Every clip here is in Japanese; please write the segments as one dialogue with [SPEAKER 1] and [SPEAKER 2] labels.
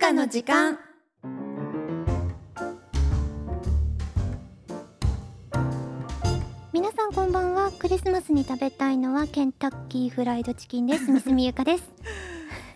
[SPEAKER 1] たの時間
[SPEAKER 2] 皆さんこんばんはクリスマスに食べたいのはケンタッキーフライドチキンです三住ゆ かです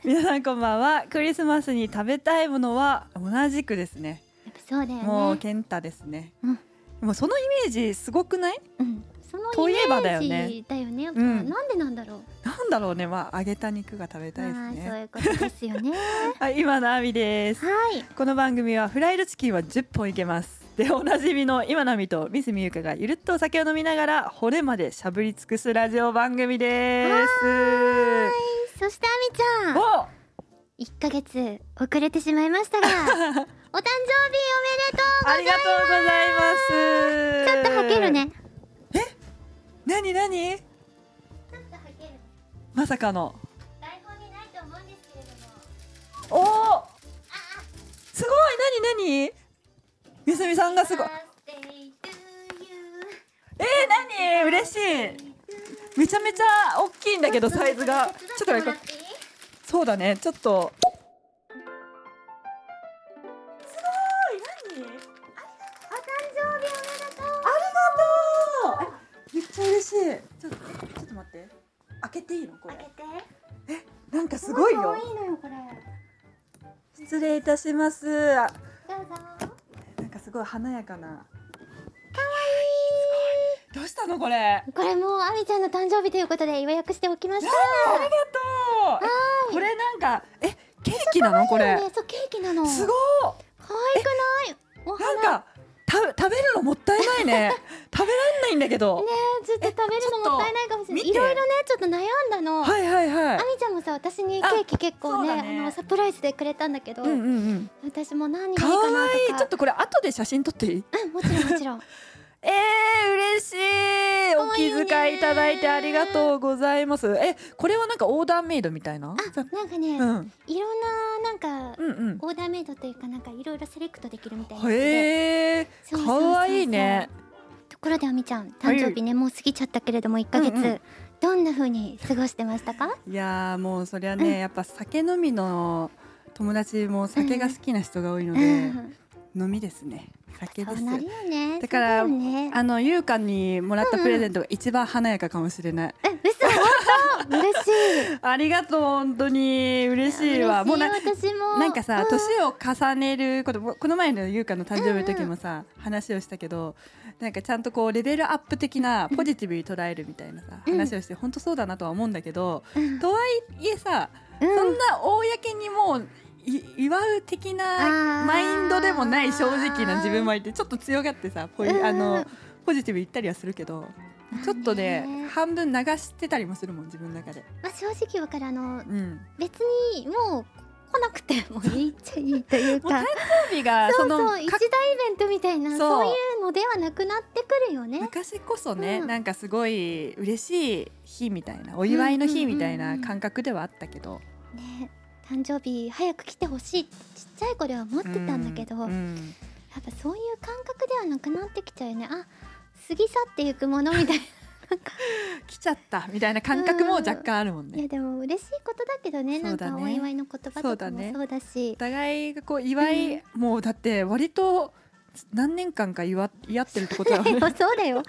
[SPEAKER 1] 皆さんこんばんはクリスマスに食べたいものは同じくですね
[SPEAKER 2] やっぱそうだよね
[SPEAKER 1] もうケンタですね、
[SPEAKER 2] うん
[SPEAKER 1] もうそのイメージすごくない
[SPEAKER 2] うん、その
[SPEAKER 1] といえばだよ
[SPEAKER 2] イメ
[SPEAKER 1] ね
[SPEAKER 2] ージだよねやっぱ
[SPEAKER 1] うん
[SPEAKER 2] なんでなんだろう
[SPEAKER 1] なんだろうねまあ揚げた肉が食べたい
[SPEAKER 2] あ
[SPEAKER 1] です
[SPEAKER 2] ーそう
[SPEAKER 1] ね
[SPEAKER 2] いうことですよね は
[SPEAKER 1] はい今のあみです
[SPEAKER 2] い
[SPEAKER 1] この番組はフライドチキンは10本いけますでおなじみの今のあみと三住ゆかがゆるっとお酒を飲みながら骨までしゃぶり尽くすラジオ番組です
[SPEAKER 2] そしてあみちゃん
[SPEAKER 1] お
[SPEAKER 2] 一ヶ月遅れてしまいました がお誕生日おめでとう
[SPEAKER 1] ありがとうございます。
[SPEAKER 2] ちょっとはけるね。
[SPEAKER 1] なになに、
[SPEAKER 2] ちょっとはける
[SPEAKER 1] まさかの。
[SPEAKER 2] 台本にないと思うんですけれど
[SPEAKER 1] おお。すごい、なになに。みすみさんがすごい
[SPEAKER 2] も。Birthday to you
[SPEAKER 1] えー、なに、嬉しい。めちゃめちゃ大きいんだけど、サイズが。ちょっと待って、そうだね、ちょっと。すごい、なに。
[SPEAKER 2] お誕生日おめでとう
[SPEAKER 1] ありがとう。えめっちゃ嬉しい。ちょっと、えちょっと待って。開けていいの、こ
[SPEAKER 2] あげ
[SPEAKER 1] れ。
[SPEAKER 2] て
[SPEAKER 1] なんかすごい
[SPEAKER 2] 可愛い
[SPEAKER 1] よ。
[SPEAKER 2] のよこれ
[SPEAKER 1] 失礼いたします。あ
[SPEAKER 2] どうぞ
[SPEAKER 1] なんかすごい華やかな。かわいい。どうしたのこれ。あ
[SPEAKER 2] これもうあみちゃんの誕生日ということで予約しておきました
[SPEAKER 1] りがとう。これなんかえケーキなのこれ
[SPEAKER 2] いいよ。ねそうケーキなの
[SPEAKER 1] すご
[SPEAKER 2] 可愛くないお
[SPEAKER 1] い。な
[SPEAKER 2] 花
[SPEAKER 1] んかた食べるのもったいない ね。食べらんないんだけど
[SPEAKER 2] ね。えずっと食べるのもったいないかもしれない
[SPEAKER 1] え
[SPEAKER 2] い
[SPEAKER 1] ちょっ
[SPEAKER 2] ろ
[SPEAKER 1] と
[SPEAKER 2] いろねちょっと悩んだの、
[SPEAKER 1] はいはいは
[SPEAKER 2] あ
[SPEAKER 1] い。
[SPEAKER 2] みちゃんもさ私にケーキ結構
[SPEAKER 1] あ
[SPEAKER 2] ね
[SPEAKER 1] そうだね
[SPEAKER 2] あのサプライズでくれたんだけど、
[SPEAKER 1] うんうんうん。
[SPEAKER 2] 私も何がいい
[SPEAKER 1] 可
[SPEAKER 2] かなとか
[SPEAKER 1] 愛いちょっとこれ後で写真撮っていい？
[SPEAKER 2] うんもちろん もちろん
[SPEAKER 1] えー、嬉しい。
[SPEAKER 2] 可愛いよね
[SPEAKER 1] お気遣いいただいてありがとうございます。えこれはなんかオーダーメイドみたいな？
[SPEAKER 2] あなんかね、
[SPEAKER 1] うん
[SPEAKER 2] いろんななんか
[SPEAKER 1] うんうん。
[SPEAKER 2] オーダーメイドというかなんかいろいろセレクトできるみたいなやつで
[SPEAKER 1] へえ
[SPEAKER 2] そうそうそうそう
[SPEAKER 1] 可愛いね。
[SPEAKER 2] ところであみちゃん誕生日ね、もう過ぎちゃったけれども1ヶ月、
[SPEAKER 1] うんうん
[SPEAKER 2] どんな風に過ごしてましたか
[SPEAKER 1] いやーもうそりゃね、やっぱ酒飲みの友達も酒が好きな人が多いの
[SPEAKER 2] う
[SPEAKER 1] で、
[SPEAKER 2] ん
[SPEAKER 1] 飲みですね酒で
[SPEAKER 2] そう
[SPEAKER 1] す
[SPEAKER 2] なるよね
[SPEAKER 1] だから
[SPEAKER 2] そうよね
[SPEAKER 1] あの優香にもらったプレゼントが一番華やかかもしれない、
[SPEAKER 2] え嘘本当嬉しい
[SPEAKER 1] ありがとう本当に 嬉しいわもうな
[SPEAKER 2] 私も
[SPEAKER 1] なんかさ
[SPEAKER 2] うん
[SPEAKER 1] 年、を重ねることもこの前の優香の誕生日の時もさ、話をしたけどなんかちゃんとこうレベルアップ的なポジティブに捉えるみたいなさ、
[SPEAKER 2] うん
[SPEAKER 1] 話をして本当そうだなとは思うんだけど、
[SPEAKER 2] うん
[SPEAKER 1] とはいえさ
[SPEAKER 2] うん
[SPEAKER 1] そんな公にもうい祝う的
[SPEAKER 2] あ
[SPEAKER 1] な
[SPEAKER 2] ー
[SPEAKER 1] マインドでもない正直な自分もいてちょっと強がってさポ,、
[SPEAKER 2] うん
[SPEAKER 1] あのポジティブ言ったりはするけどちょっとね
[SPEAKER 2] まあね
[SPEAKER 1] 半分流してたりもするもん自分の中で、
[SPEAKER 2] まあ、正直わからんあの
[SPEAKER 1] うん、
[SPEAKER 2] 別にもう来なくてもいいっちゃいいというか
[SPEAKER 1] コビが
[SPEAKER 2] そ
[SPEAKER 1] そうの
[SPEAKER 2] そう一
[SPEAKER 1] か
[SPEAKER 2] 大イベントみたいな
[SPEAKER 1] そう
[SPEAKER 2] そういうのではなくなってくるよね
[SPEAKER 1] 昔こそね、
[SPEAKER 2] うん
[SPEAKER 1] なんかすごい嬉しい日みたいなお祝いの日みたいな感覚ではあったけど、
[SPEAKER 2] ね誕生日早く来てほしいってちっちゃい頃は思ってたんだけど、
[SPEAKER 1] う
[SPEAKER 2] やっ
[SPEAKER 1] ん
[SPEAKER 2] ぱそういう感覚ではなくなってきちゃうよねあ過ぎ去っていくもの みたいな
[SPEAKER 1] 来ちゃったみたいな感覚も若干あるもんね
[SPEAKER 2] いやでも嬉しいことだけどねなん
[SPEAKER 1] そう
[SPEAKER 2] か
[SPEAKER 1] だね
[SPEAKER 2] お祝いの言
[SPEAKER 1] そ
[SPEAKER 2] 葉と
[SPEAKER 1] う
[SPEAKER 2] か
[SPEAKER 1] だ
[SPEAKER 2] も
[SPEAKER 1] ね
[SPEAKER 2] そうだし
[SPEAKER 1] お互いがこう祝い、もうだって割と何年間か祝い合ってるってことだ よ
[SPEAKER 2] で
[SPEAKER 1] ね
[SPEAKER 2] もそうだよ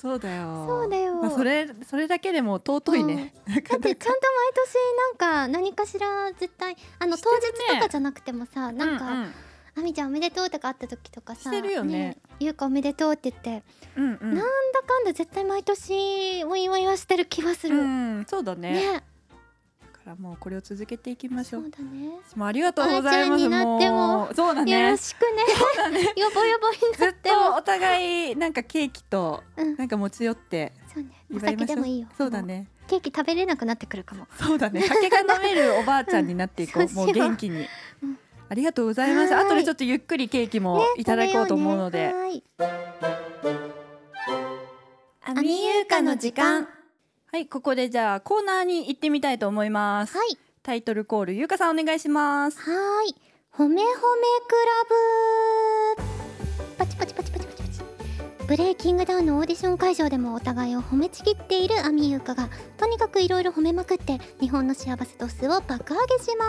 [SPEAKER 1] そうだよ
[SPEAKER 2] そうだよ
[SPEAKER 1] まあ、 それそれだけでも尊いね、なん
[SPEAKER 2] だ
[SPEAKER 1] か
[SPEAKER 2] っ
[SPEAKER 1] な
[SPEAKER 2] て
[SPEAKER 1] ん
[SPEAKER 2] ちゃん
[SPEAKER 1] か
[SPEAKER 2] と毎年なんか何かしら絶対あの
[SPEAKER 1] し
[SPEAKER 2] 当
[SPEAKER 1] てるね
[SPEAKER 2] 日とかじゃなくてもさ、なんか、
[SPEAKER 1] うん
[SPEAKER 2] あみちゃんおめでとうとかあった時とか
[SPEAKER 1] し
[SPEAKER 2] さ
[SPEAKER 1] てるよね
[SPEAKER 2] ゆうかおめでとうって言って
[SPEAKER 1] うんうん
[SPEAKER 2] なんだかんだ絶対毎年お祝いはしてる気はする、
[SPEAKER 1] うんそうだね
[SPEAKER 2] ね
[SPEAKER 1] だからもうこれを続けていきましょ
[SPEAKER 2] そう
[SPEAKER 1] う
[SPEAKER 2] だね
[SPEAKER 1] もうありがとうございます
[SPEAKER 2] おばあちゃんになっても
[SPEAKER 1] うそうだ
[SPEAKER 2] よろ
[SPEAKER 1] ね
[SPEAKER 2] しく ね。よぼよぼに
[SPEAKER 1] ず
[SPEAKER 2] な
[SPEAKER 1] っ
[SPEAKER 2] って
[SPEAKER 1] と
[SPEAKER 2] も。
[SPEAKER 1] お互いなんかケーキと
[SPEAKER 2] うん、
[SPEAKER 1] なんか持ち寄って
[SPEAKER 2] そうね。お
[SPEAKER 1] 祝い
[SPEAKER 2] 酒
[SPEAKER 1] まし
[SPEAKER 2] で
[SPEAKER 1] ょう
[SPEAKER 2] もいいよ。
[SPEAKER 1] そうだ。ね
[SPEAKER 2] ケーキ食べれなくなってくるかも。
[SPEAKER 1] そうだ ね酒が飲めるおばあちゃんになっていこ う、
[SPEAKER 2] うん
[SPEAKER 1] もう元気に、
[SPEAKER 2] うん
[SPEAKER 1] ありがとうございます
[SPEAKER 2] はい
[SPEAKER 1] 後でちょっとゆっくりケーキもいただこうと思うので、
[SPEAKER 2] ね。食べよね
[SPEAKER 1] ア
[SPEAKER 2] ミユーカの時間
[SPEAKER 1] はいここでじゃあコーナーに行ってみたいと思います
[SPEAKER 2] はい。
[SPEAKER 1] タイトルコールゆうかさんお願いします
[SPEAKER 2] はーい。はーい。褒め褒めクラブ。パチパチパチパチパチパチ。ブレイキングダウンのオーディション会場でもお互いを褒めちぎっているアミユーカがとにかくいろいろ褒めまくって日本の幸せ度数を爆上げしま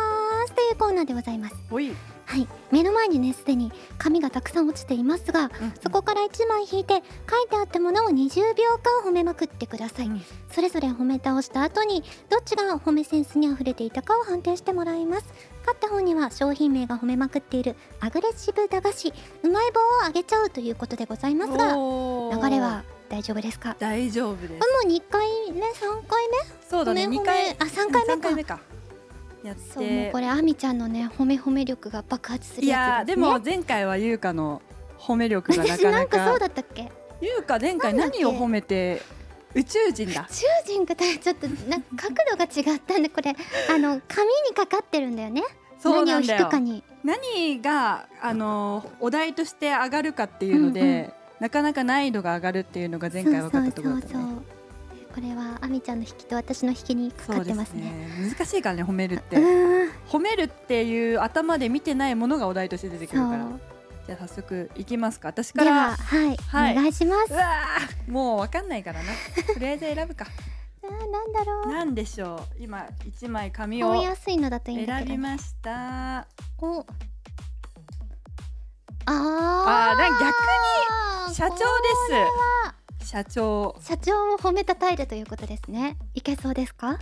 [SPEAKER 2] すというコーナーでございます
[SPEAKER 1] ほい、うん
[SPEAKER 2] はい目の前にねすでに紙がたくさん落ちていますがそこから1枚引いて書いてあったものを20秒間褒めまくってください
[SPEAKER 1] うん
[SPEAKER 2] それぞれ褒め倒した後にどっちが褒めセンスにあふれていたかを判定してもらいます勝った方には商品名が褒めまくっているアグレッシブ駄菓子うまい棒をあげちゃうということでございますが
[SPEAKER 1] おー
[SPEAKER 2] 流れは大丈夫ですか
[SPEAKER 1] 大丈夫です。
[SPEAKER 2] あもう2回目3回目
[SPEAKER 1] そうだね、
[SPEAKER 2] 褒
[SPEAKER 1] 二
[SPEAKER 2] め褒め
[SPEAKER 1] 回、
[SPEAKER 2] あ3回目
[SPEAKER 1] 三
[SPEAKER 2] か
[SPEAKER 1] 回目か。やっ
[SPEAKER 2] そうもう
[SPEAKER 1] て
[SPEAKER 2] こ、れあみちゃんのね褒め褒め力が爆発する
[SPEAKER 1] いや
[SPEAKER 2] や
[SPEAKER 1] ー
[SPEAKER 2] つ
[SPEAKER 1] です
[SPEAKER 2] ね
[SPEAKER 1] も前回は優香の褒め力 がな
[SPEAKER 2] 私
[SPEAKER 1] か
[SPEAKER 2] な
[SPEAKER 1] なん
[SPEAKER 2] かそう
[SPEAKER 1] か。
[SPEAKER 2] だったっけ
[SPEAKER 1] 優香前回
[SPEAKER 2] なんだっけ
[SPEAKER 1] 何を褒めて宇宙人だ。
[SPEAKER 2] 宇宙人がちょっとなんか角度が違ったんで これあの紙にかかってるんだよね
[SPEAKER 1] そうなんだ
[SPEAKER 2] 何を引
[SPEAKER 1] よ
[SPEAKER 2] くか。に
[SPEAKER 1] 何があのお題として上がるかっていうので、
[SPEAKER 2] うんう
[SPEAKER 1] なかなか難易度が上がるっていうのが前回分かったところだった
[SPEAKER 2] そうそう
[SPEAKER 1] ね。
[SPEAKER 2] そうそうこれはあみちゃんの引きと私の引きにかかってますね
[SPEAKER 1] そうですね難しいからね褒めるっ
[SPEAKER 2] う
[SPEAKER 1] て、
[SPEAKER 2] ーん
[SPEAKER 1] 褒めるっていう頭で見てないものがお題として出てく
[SPEAKER 2] そ
[SPEAKER 1] るから
[SPEAKER 2] う
[SPEAKER 1] じゃあ早速いきますか私か
[SPEAKER 2] で
[SPEAKER 1] ら
[SPEAKER 2] ははい、
[SPEAKER 1] はい
[SPEAKER 2] お願いします
[SPEAKER 1] うわーもう分かんないからなとりあえず選ぶか
[SPEAKER 2] あーなんだろう
[SPEAKER 1] 何でしょう今一枚紙
[SPEAKER 2] 思い
[SPEAKER 1] を
[SPEAKER 2] やすいのだといいんだ
[SPEAKER 1] 選
[SPEAKER 2] けど
[SPEAKER 1] びました
[SPEAKER 2] おあー
[SPEAKER 1] あーなんか
[SPEAKER 2] あ
[SPEAKER 1] 社長です社長
[SPEAKER 2] 社長を褒めたたえるということですねいけそうですか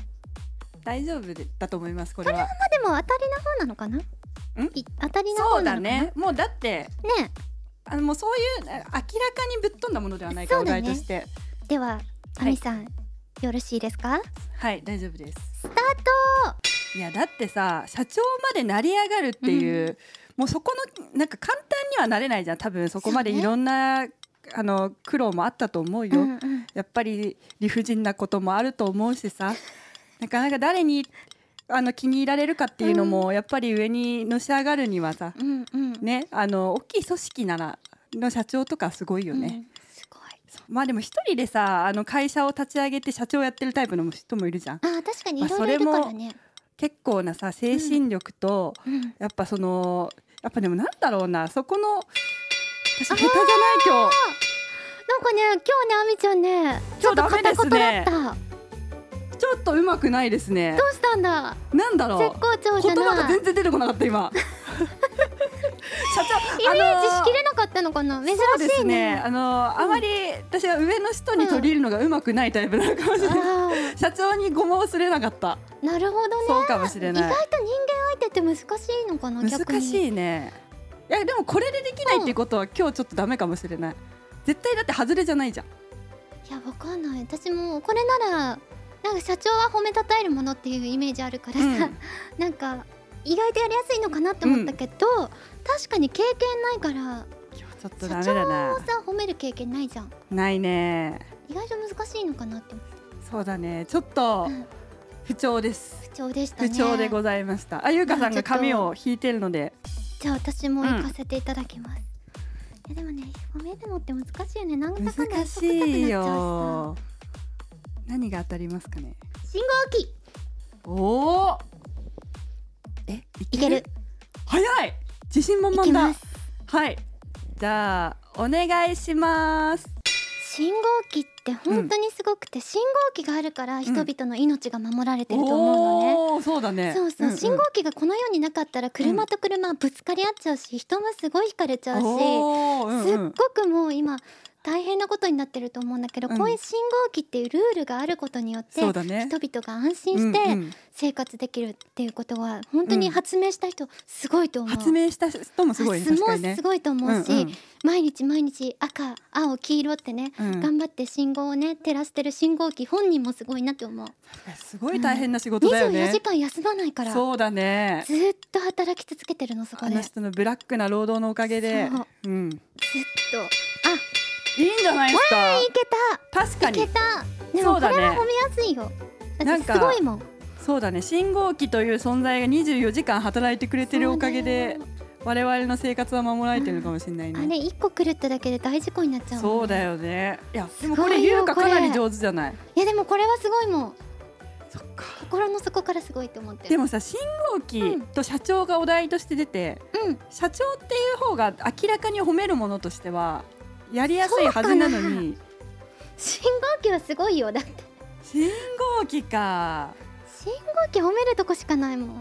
[SPEAKER 1] 大丈夫だと思いますこれは
[SPEAKER 2] まあでも当たりの方なのかなんい当たりの
[SPEAKER 1] そ
[SPEAKER 2] 方
[SPEAKER 1] う
[SPEAKER 2] な
[SPEAKER 1] だ
[SPEAKER 2] のかな
[SPEAKER 1] ねもうだって
[SPEAKER 2] ね
[SPEAKER 1] あのもうそういうあ明らかにぶっ飛んだものではないか
[SPEAKER 2] そ
[SPEAKER 1] お
[SPEAKER 2] うだね
[SPEAKER 1] 題として
[SPEAKER 2] では
[SPEAKER 1] い
[SPEAKER 2] あみさん、よろしいですか
[SPEAKER 1] はい大丈夫です
[SPEAKER 2] スタート
[SPEAKER 1] いやだってさ社長まで成り上がるっていう、もうそこのなんか簡単にはなれないじゃん多分そこまで
[SPEAKER 2] そうね
[SPEAKER 1] いろんな、あの苦労もあったと思うよ、
[SPEAKER 2] うんうん
[SPEAKER 1] やっぱり理不尽なこともあると思うしさなかなか誰にあの気に入られるかっていうのもやっぱり上にのし上がるにはさ、
[SPEAKER 2] うんうん
[SPEAKER 1] ねあの大きい組織ならの社長とかすごいよ
[SPEAKER 2] う
[SPEAKER 1] ね、
[SPEAKER 2] んすごい
[SPEAKER 1] まあでも一人でさあの会社を立ち上げて社長やってるタイプの人もいるじゃん
[SPEAKER 2] あー確かに
[SPEAKER 1] まあ
[SPEAKER 2] いろいろいるからね、
[SPEAKER 1] 結構なさ精神力と、
[SPEAKER 2] うん
[SPEAKER 1] やっぱそのやっぱでもなんだろうなそこの私下手じゃない今日
[SPEAKER 2] なんかね今日ねあみちゃんねちょっと
[SPEAKER 1] 今日ダメ
[SPEAKER 2] 片
[SPEAKER 1] です
[SPEAKER 2] 言だ
[SPEAKER 1] ね
[SPEAKER 2] った、
[SPEAKER 1] ちょっとうまくないですね
[SPEAKER 2] どうしたんだ
[SPEAKER 1] なんだろう
[SPEAKER 2] 絶好調じゃ
[SPEAKER 1] 言葉が
[SPEAKER 2] ない
[SPEAKER 1] 全然出てこなかった今社長
[SPEAKER 2] イメージ
[SPEAKER 1] あ
[SPEAKER 2] し
[SPEAKER 1] の
[SPEAKER 2] きれなかったのかな珍
[SPEAKER 1] そうで
[SPEAKER 2] し
[SPEAKER 1] す
[SPEAKER 2] い
[SPEAKER 1] ね
[SPEAKER 2] ね
[SPEAKER 1] あのあまり私は上の人に取り入るのがうまくないタイプなのかもしれない、
[SPEAKER 2] あ
[SPEAKER 1] 社長にごまをすれなかった
[SPEAKER 2] ーなるほどね
[SPEAKER 1] そうかもしれ
[SPEAKER 2] 意
[SPEAKER 1] な
[SPEAKER 2] 外
[SPEAKER 1] い
[SPEAKER 2] と人間相手って難しいのかな逆
[SPEAKER 1] 難
[SPEAKER 2] に
[SPEAKER 1] しいねいやでもこれでできないっていうことは今日ちょっとダメかもしれない絶対だって外れじゃないじゃん
[SPEAKER 2] いやわかんない私もこれならなんか社長は褒めたたえるものっていうイメージあるから さ、
[SPEAKER 1] うん
[SPEAKER 2] なんか意外とやりやすいのかなって思ったけど、確かに経験ないから
[SPEAKER 1] 今日ちょっとダメだな
[SPEAKER 2] さ褒める経験ないじゃん
[SPEAKER 1] ないね
[SPEAKER 2] 意外と難しいのかなって思って
[SPEAKER 1] そうだねちょっと
[SPEAKER 2] うん
[SPEAKER 1] 不調です、
[SPEAKER 2] 不調でしたね
[SPEAKER 1] 不調でございましたあゆうかさんが髪を引いてるので
[SPEAKER 2] じゃあ私も行かせていただきます、いやでもね褒めるのって難しいよねなんだかんだ
[SPEAKER 1] 難しいよ何が当たりますかね
[SPEAKER 2] 信号機
[SPEAKER 1] おおえい
[SPEAKER 2] いける
[SPEAKER 1] 早い自信満
[SPEAKER 2] いき
[SPEAKER 1] 々
[SPEAKER 2] ま
[SPEAKER 1] だ
[SPEAKER 2] す
[SPEAKER 1] はいじゃあお願いします
[SPEAKER 2] 信号機って本当にすごくて、信号機があるから人々の命が守られてると思うのね、
[SPEAKER 1] おーそうだね
[SPEAKER 2] そうそう、
[SPEAKER 1] んん
[SPEAKER 2] 信号機がこの世になかったら車と車ぶつかり合っちゃうし、人もすごい引かれちゃうし、
[SPEAKER 1] おー
[SPEAKER 2] すっ
[SPEAKER 1] うんうん
[SPEAKER 2] ごくもう今大変なことになってると思うんだけど、
[SPEAKER 1] うん
[SPEAKER 2] こういう信号機っていうルールがあることによって、
[SPEAKER 1] そう
[SPEAKER 2] 人
[SPEAKER 1] だね
[SPEAKER 2] 々が安心し
[SPEAKER 1] うん
[SPEAKER 2] て
[SPEAKER 1] うん
[SPEAKER 2] 生活できるっていうことは本当に発明した人すごいと思う。
[SPEAKER 1] 発明した人もすごいね
[SPEAKER 2] 発
[SPEAKER 1] 確か
[SPEAKER 2] 明
[SPEAKER 1] にね
[SPEAKER 2] すごいと思うし、
[SPEAKER 1] うんうん
[SPEAKER 2] 毎日毎日赤青黄色ってね、
[SPEAKER 1] うん
[SPEAKER 2] 頑張って信号をね照らしてる信号機本人もすごいなって思う
[SPEAKER 1] すごい大変な仕事だよ
[SPEAKER 2] 24
[SPEAKER 1] ね
[SPEAKER 2] 時間休まないから
[SPEAKER 1] そうだね
[SPEAKER 2] ずーっと働き続けてるのそこ
[SPEAKER 1] あ
[SPEAKER 2] で
[SPEAKER 1] の
[SPEAKER 2] ずっ
[SPEAKER 1] 人のブラックな労働のおかげで
[SPEAKER 2] そう
[SPEAKER 1] うん
[SPEAKER 2] とあ
[SPEAKER 1] いいんじゃないですか
[SPEAKER 2] いけ
[SPEAKER 1] 確か
[SPEAKER 2] たいけ
[SPEAKER 1] に
[SPEAKER 2] たで
[SPEAKER 1] そ
[SPEAKER 2] も
[SPEAKER 1] う
[SPEAKER 2] こ
[SPEAKER 1] だね
[SPEAKER 2] れは褒めやすいよだ
[SPEAKER 1] な
[SPEAKER 2] っ
[SPEAKER 1] ん
[SPEAKER 2] て
[SPEAKER 1] か
[SPEAKER 2] すごいもん
[SPEAKER 1] そうだね信号機という存在が24時間働いてくれてるおかげで
[SPEAKER 2] そうね
[SPEAKER 1] 我々の生活は守られてるのかもしれない
[SPEAKER 2] あ
[SPEAKER 1] ね
[SPEAKER 2] れ一個狂っただけで大事故になっちゃうもんね
[SPEAKER 1] そうだよねいやでも
[SPEAKER 2] す
[SPEAKER 1] こ
[SPEAKER 2] ご
[SPEAKER 1] れ
[SPEAKER 2] いよ
[SPEAKER 1] 優香
[SPEAKER 2] これ
[SPEAKER 1] かなり上手じゃない
[SPEAKER 2] いやでもこれはすごいもん
[SPEAKER 1] そっか
[SPEAKER 2] 心の底からすごいと思って
[SPEAKER 1] で
[SPEAKER 2] も
[SPEAKER 1] もさ信号機
[SPEAKER 2] うん
[SPEAKER 1] と社長がお題として出て
[SPEAKER 2] うん
[SPEAKER 1] 社長っていう方が明らかに褒めるものとしてはやりやすいはずなのに
[SPEAKER 2] 信号機はすごいよだって
[SPEAKER 1] 信号機か
[SPEAKER 2] 信号機褒めるとこしかないもん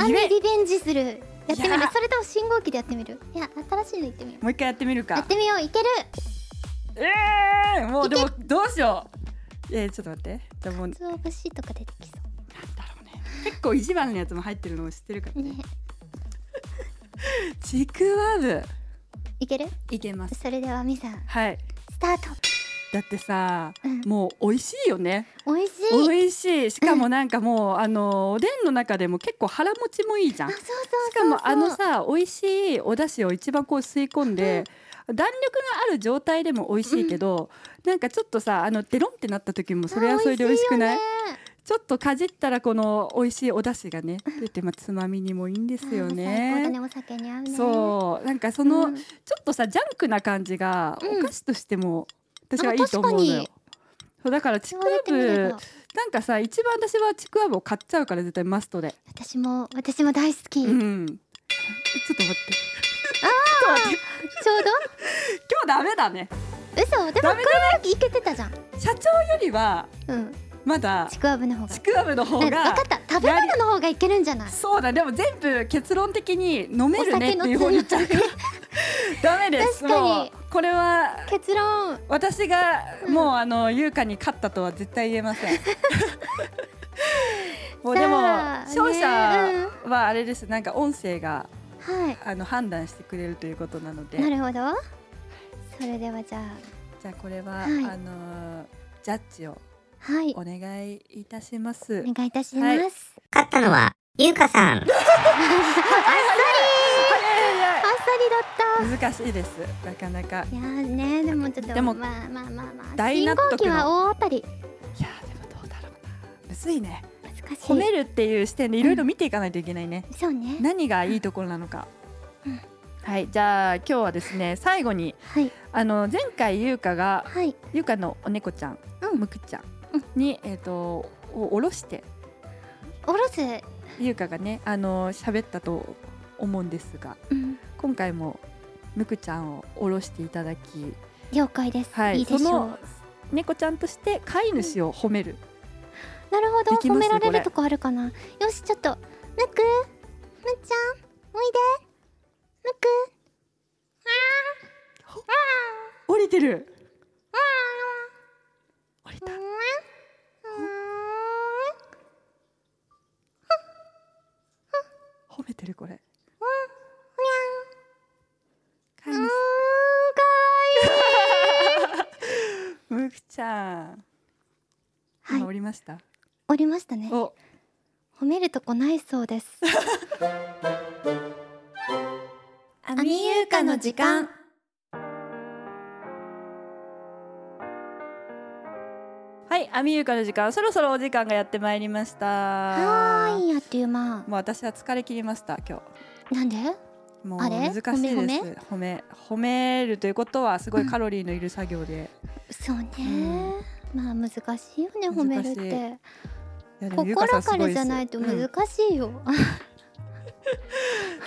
[SPEAKER 2] あ
[SPEAKER 1] リベ
[SPEAKER 2] れリベンジするやってみ
[SPEAKER 1] い
[SPEAKER 2] る
[SPEAKER 1] や
[SPEAKER 2] それとも信号機でやってみるいや新しいの行ってみよ う
[SPEAKER 1] もう一回やってみる
[SPEAKER 2] や
[SPEAKER 1] か
[SPEAKER 2] ってみよういける
[SPEAKER 1] ええー、もうでもどうしようえー、ちょっと待ってでもなんだ
[SPEAKER 2] 鰹節とか出てきそ
[SPEAKER 1] ろうね結構一番のやつも入ってるのを知ってるか
[SPEAKER 2] う
[SPEAKER 1] らね
[SPEAKER 2] ね
[SPEAKER 1] ちくわぶ
[SPEAKER 2] いける
[SPEAKER 1] いけます
[SPEAKER 2] それではミさん
[SPEAKER 1] はい
[SPEAKER 2] スタート
[SPEAKER 1] だってさ
[SPEAKER 2] うん
[SPEAKER 1] もう美味しいよね
[SPEAKER 2] 美味しい
[SPEAKER 1] 美味しいしかもなんかもう、あのおでんの中でも結構腹持ちもいいじゃん
[SPEAKER 2] あ
[SPEAKER 1] し
[SPEAKER 2] そうそうそ
[SPEAKER 1] か
[SPEAKER 2] う
[SPEAKER 1] もあの
[SPEAKER 2] そう
[SPEAKER 1] さ美味しいお出汁を一番こう吸い込んで、弾力がある状態でも美味しいけど、なんかちょっとさあのデロンってなった時もそれはそれで美味しくない
[SPEAKER 2] あ
[SPEAKER 1] ちょっとかじったらこの美味しいお出汁がね出てまあつまみにもいいんで
[SPEAKER 2] 美
[SPEAKER 1] す
[SPEAKER 2] 味しいよ
[SPEAKER 1] よ
[SPEAKER 2] ねあー最高だね
[SPEAKER 1] ね。
[SPEAKER 2] お酒に合うね
[SPEAKER 1] そうなんかそ
[SPEAKER 2] うん
[SPEAKER 1] の、ちょっとさジャンクな感じが
[SPEAKER 2] うん
[SPEAKER 1] お菓子としても私は
[SPEAKER 2] あ
[SPEAKER 1] いいと思うの
[SPEAKER 2] 確か
[SPEAKER 1] よ
[SPEAKER 2] に。
[SPEAKER 1] そうだからち
[SPEAKER 2] そ
[SPEAKER 1] く
[SPEAKER 2] う
[SPEAKER 1] わ
[SPEAKER 2] 言ってみれ
[SPEAKER 1] ぶ
[SPEAKER 2] ば
[SPEAKER 1] なんかさ一番私はちくわぶを買っちゃうから絶対マストで。
[SPEAKER 2] 私も私も大好き、
[SPEAKER 1] う。
[SPEAKER 2] ちょうん
[SPEAKER 1] ちょっと待って。ちょっと待って今日ダメだね。
[SPEAKER 2] ど嘘でも
[SPEAKER 1] ダ
[SPEAKER 2] こ
[SPEAKER 1] メ
[SPEAKER 2] れいけてたじゃん
[SPEAKER 1] 社長よりは
[SPEAKER 2] うん
[SPEAKER 1] まだ
[SPEAKER 2] ちくわぶの方が
[SPEAKER 1] ちくわぶの方
[SPEAKER 2] 分か
[SPEAKER 1] が。
[SPEAKER 2] った食べ物の方がいけるんじゃない
[SPEAKER 1] そうだでも全部結論的に飲めるねっていう方に行っちゃうから ダメです
[SPEAKER 2] 確かに
[SPEAKER 1] もうこれは
[SPEAKER 2] 結論
[SPEAKER 1] 私がもうあの優香に勝ったとは絶対言えませ ん。もうでも
[SPEAKER 2] さあ
[SPEAKER 1] 勝者
[SPEAKER 2] ね
[SPEAKER 1] はあれですなんか音声が
[SPEAKER 2] は
[SPEAKER 1] あの判断してくれるということなので
[SPEAKER 2] いなるほどそれではじゃあ
[SPEAKER 1] じゃあこれは、
[SPEAKER 2] はい
[SPEAKER 1] あのージャッジを
[SPEAKER 2] はい
[SPEAKER 1] お願いいたします。
[SPEAKER 2] お願いいたし
[SPEAKER 1] は
[SPEAKER 2] ま
[SPEAKER 1] い
[SPEAKER 2] す
[SPEAKER 3] 勝ったのは、ゆうかさん。
[SPEAKER 2] あっ
[SPEAKER 1] 早い
[SPEAKER 2] さりだっ
[SPEAKER 1] 早い難しいですなかなか。
[SPEAKER 2] たいやーねでもちょっと
[SPEAKER 1] でも
[SPEAKER 2] まあまあまあまあ
[SPEAKER 1] 大
[SPEAKER 2] 信
[SPEAKER 1] 納得
[SPEAKER 2] 号
[SPEAKER 1] の
[SPEAKER 2] 機は大当たり
[SPEAKER 1] いやーでもどうだろうなむずいね。
[SPEAKER 2] 難しい
[SPEAKER 1] 褒めるっていう視点でいろいろ見ていかないといけないね。
[SPEAKER 2] そうね
[SPEAKER 1] 何がいいところなのか
[SPEAKER 2] うん。
[SPEAKER 1] はいじゃあ今日はですね最後に
[SPEAKER 2] はい
[SPEAKER 1] あの前回優香が
[SPEAKER 2] はい
[SPEAKER 1] 優香のお猫ちゃん、
[SPEAKER 2] うん
[SPEAKER 1] むくちゃん
[SPEAKER 2] うん
[SPEAKER 1] に、えっ、とお下ろして
[SPEAKER 2] おろす
[SPEAKER 1] 優香がねあの喋ったと思うんですが
[SPEAKER 2] うん
[SPEAKER 1] 今回もむくちゃんを下ろしていただき、
[SPEAKER 2] 了解です
[SPEAKER 1] はい
[SPEAKER 2] いいで
[SPEAKER 1] そ
[SPEAKER 2] しょう
[SPEAKER 1] の猫ちゃんとして飼い主を褒める、
[SPEAKER 2] なるほど、
[SPEAKER 1] できま
[SPEAKER 2] 褒
[SPEAKER 1] す
[SPEAKER 2] められ
[SPEAKER 1] これ
[SPEAKER 2] るとこあるかな。よし、ちょっと、むく、むっちゃん、おいで。むく、
[SPEAKER 1] 降りてる降り
[SPEAKER 2] う
[SPEAKER 1] た
[SPEAKER 2] ーん、う
[SPEAKER 1] 褒めてるこれ飼い
[SPEAKER 2] ーん、うーん、
[SPEAKER 1] 主
[SPEAKER 2] かわ
[SPEAKER 1] むくちゃん
[SPEAKER 2] いい。
[SPEAKER 1] 今
[SPEAKER 2] は
[SPEAKER 1] 降
[SPEAKER 2] い、
[SPEAKER 1] りました、
[SPEAKER 2] おりましたね。
[SPEAKER 1] お
[SPEAKER 2] 褒めるとこないそうです。
[SPEAKER 1] ア
[SPEAKER 2] ミユーカの時間
[SPEAKER 1] はいアミユーカの時間そろそろお時間がやってまいりました
[SPEAKER 2] はーい、あっという間。
[SPEAKER 1] もう私は疲れ切りました今
[SPEAKER 2] なんで。
[SPEAKER 1] 日もう
[SPEAKER 2] あれ
[SPEAKER 1] 難しいです褒
[SPEAKER 2] 褒め
[SPEAKER 1] め
[SPEAKER 2] 褒
[SPEAKER 1] 褒めるということはすごいカロリーのいる作業で、
[SPEAKER 2] そうね。まあ、難しいよね、褒めるって。
[SPEAKER 1] いやでもゆ
[SPEAKER 2] 心
[SPEAKER 1] さんすご
[SPEAKER 2] からじゃ
[SPEAKER 1] です
[SPEAKER 2] ないと
[SPEAKER 1] うん
[SPEAKER 2] 難しいよ。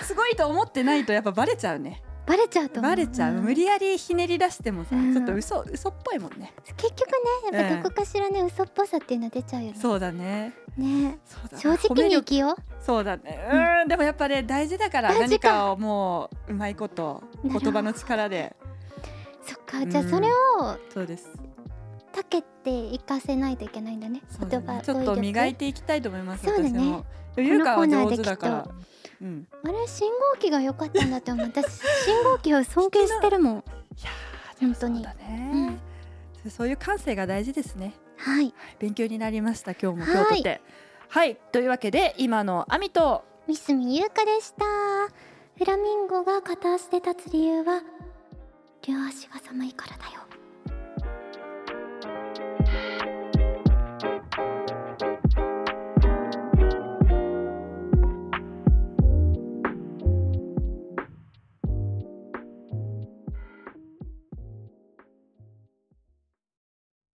[SPEAKER 1] すごいと思ってないとやっぱバレちゃうね
[SPEAKER 2] バレちゃうと思う。
[SPEAKER 1] バレちゃう無理やりひねり出してもさ、
[SPEAKER 2] うん
[SPEAKER 1] ちょっと嘘嘘っぽいもんね
[SPEAKER 2] 結局ね、やっぱどこかしらね、嘘っぽさっていうのは出ちゃうよね。
[SPEAKER 1] そうだね
[SPEAKER 2] ね。
[SPEAKER 1] そうだね
[SPEAKER 2] 正直に生きよう。
[SPEAKER 1] そうだねうーんでもやっぱね大事だから
[SPEAKER 2] 大
[SPEAKER 1] 何
[SPEAKER 2] 事か
[SPEAKER 1] かをもううまいこと
[SPEAKER 2] なるほど
[SPEAKER 1] 言葉の力で
[SPEAKER 2] そっか、じゃあ
[SPEAKER 1] うん
[SPEAKER 2] それを
[SPEAKER 1] そうです
[SPEAKER 2] たけていかせないといけないんだね。
[SPEAKER 1] そうだ
[SPEAKER 2] 言
[SPEAKER 1] ね
[SPEAKER 2] 葉
[SPEAKER 1] ちょっと磨い
[SPEAKER 2] て。
[SPEAKER 1] ていきたいと思います
[SPEAKER 2] そうだね
[SPEAKER 1] 私もゆうかは
[SPEAKER 2] このコーナー
[SPEAKER 1] 上
[SPEAKER 2] で
[SPEAKER 1] 手だか
[SPEAKER 2] き
[SPEAKER 1] らうん
[SPEAKER 2] あれ信号機が良かったんだって思う。私信号機を尊敬してるも ん。
[SPEAKER 1] いやーでもそうだ
[SPEAKER 2] 本
[SPEAKER 1] ねそうそういう感性が大事ですね
[SPEAKER 2] はい、
[SPEAKER 1] はい勉強になりました今日も
[SPEAKER 2] はい
[SPEAKER 1] 今日とてはいというわけで今のアミと
[SPEAKER 2] ミスミユウカでした。フラミンゴが片足で立つ理由は両足が寒いからだよ。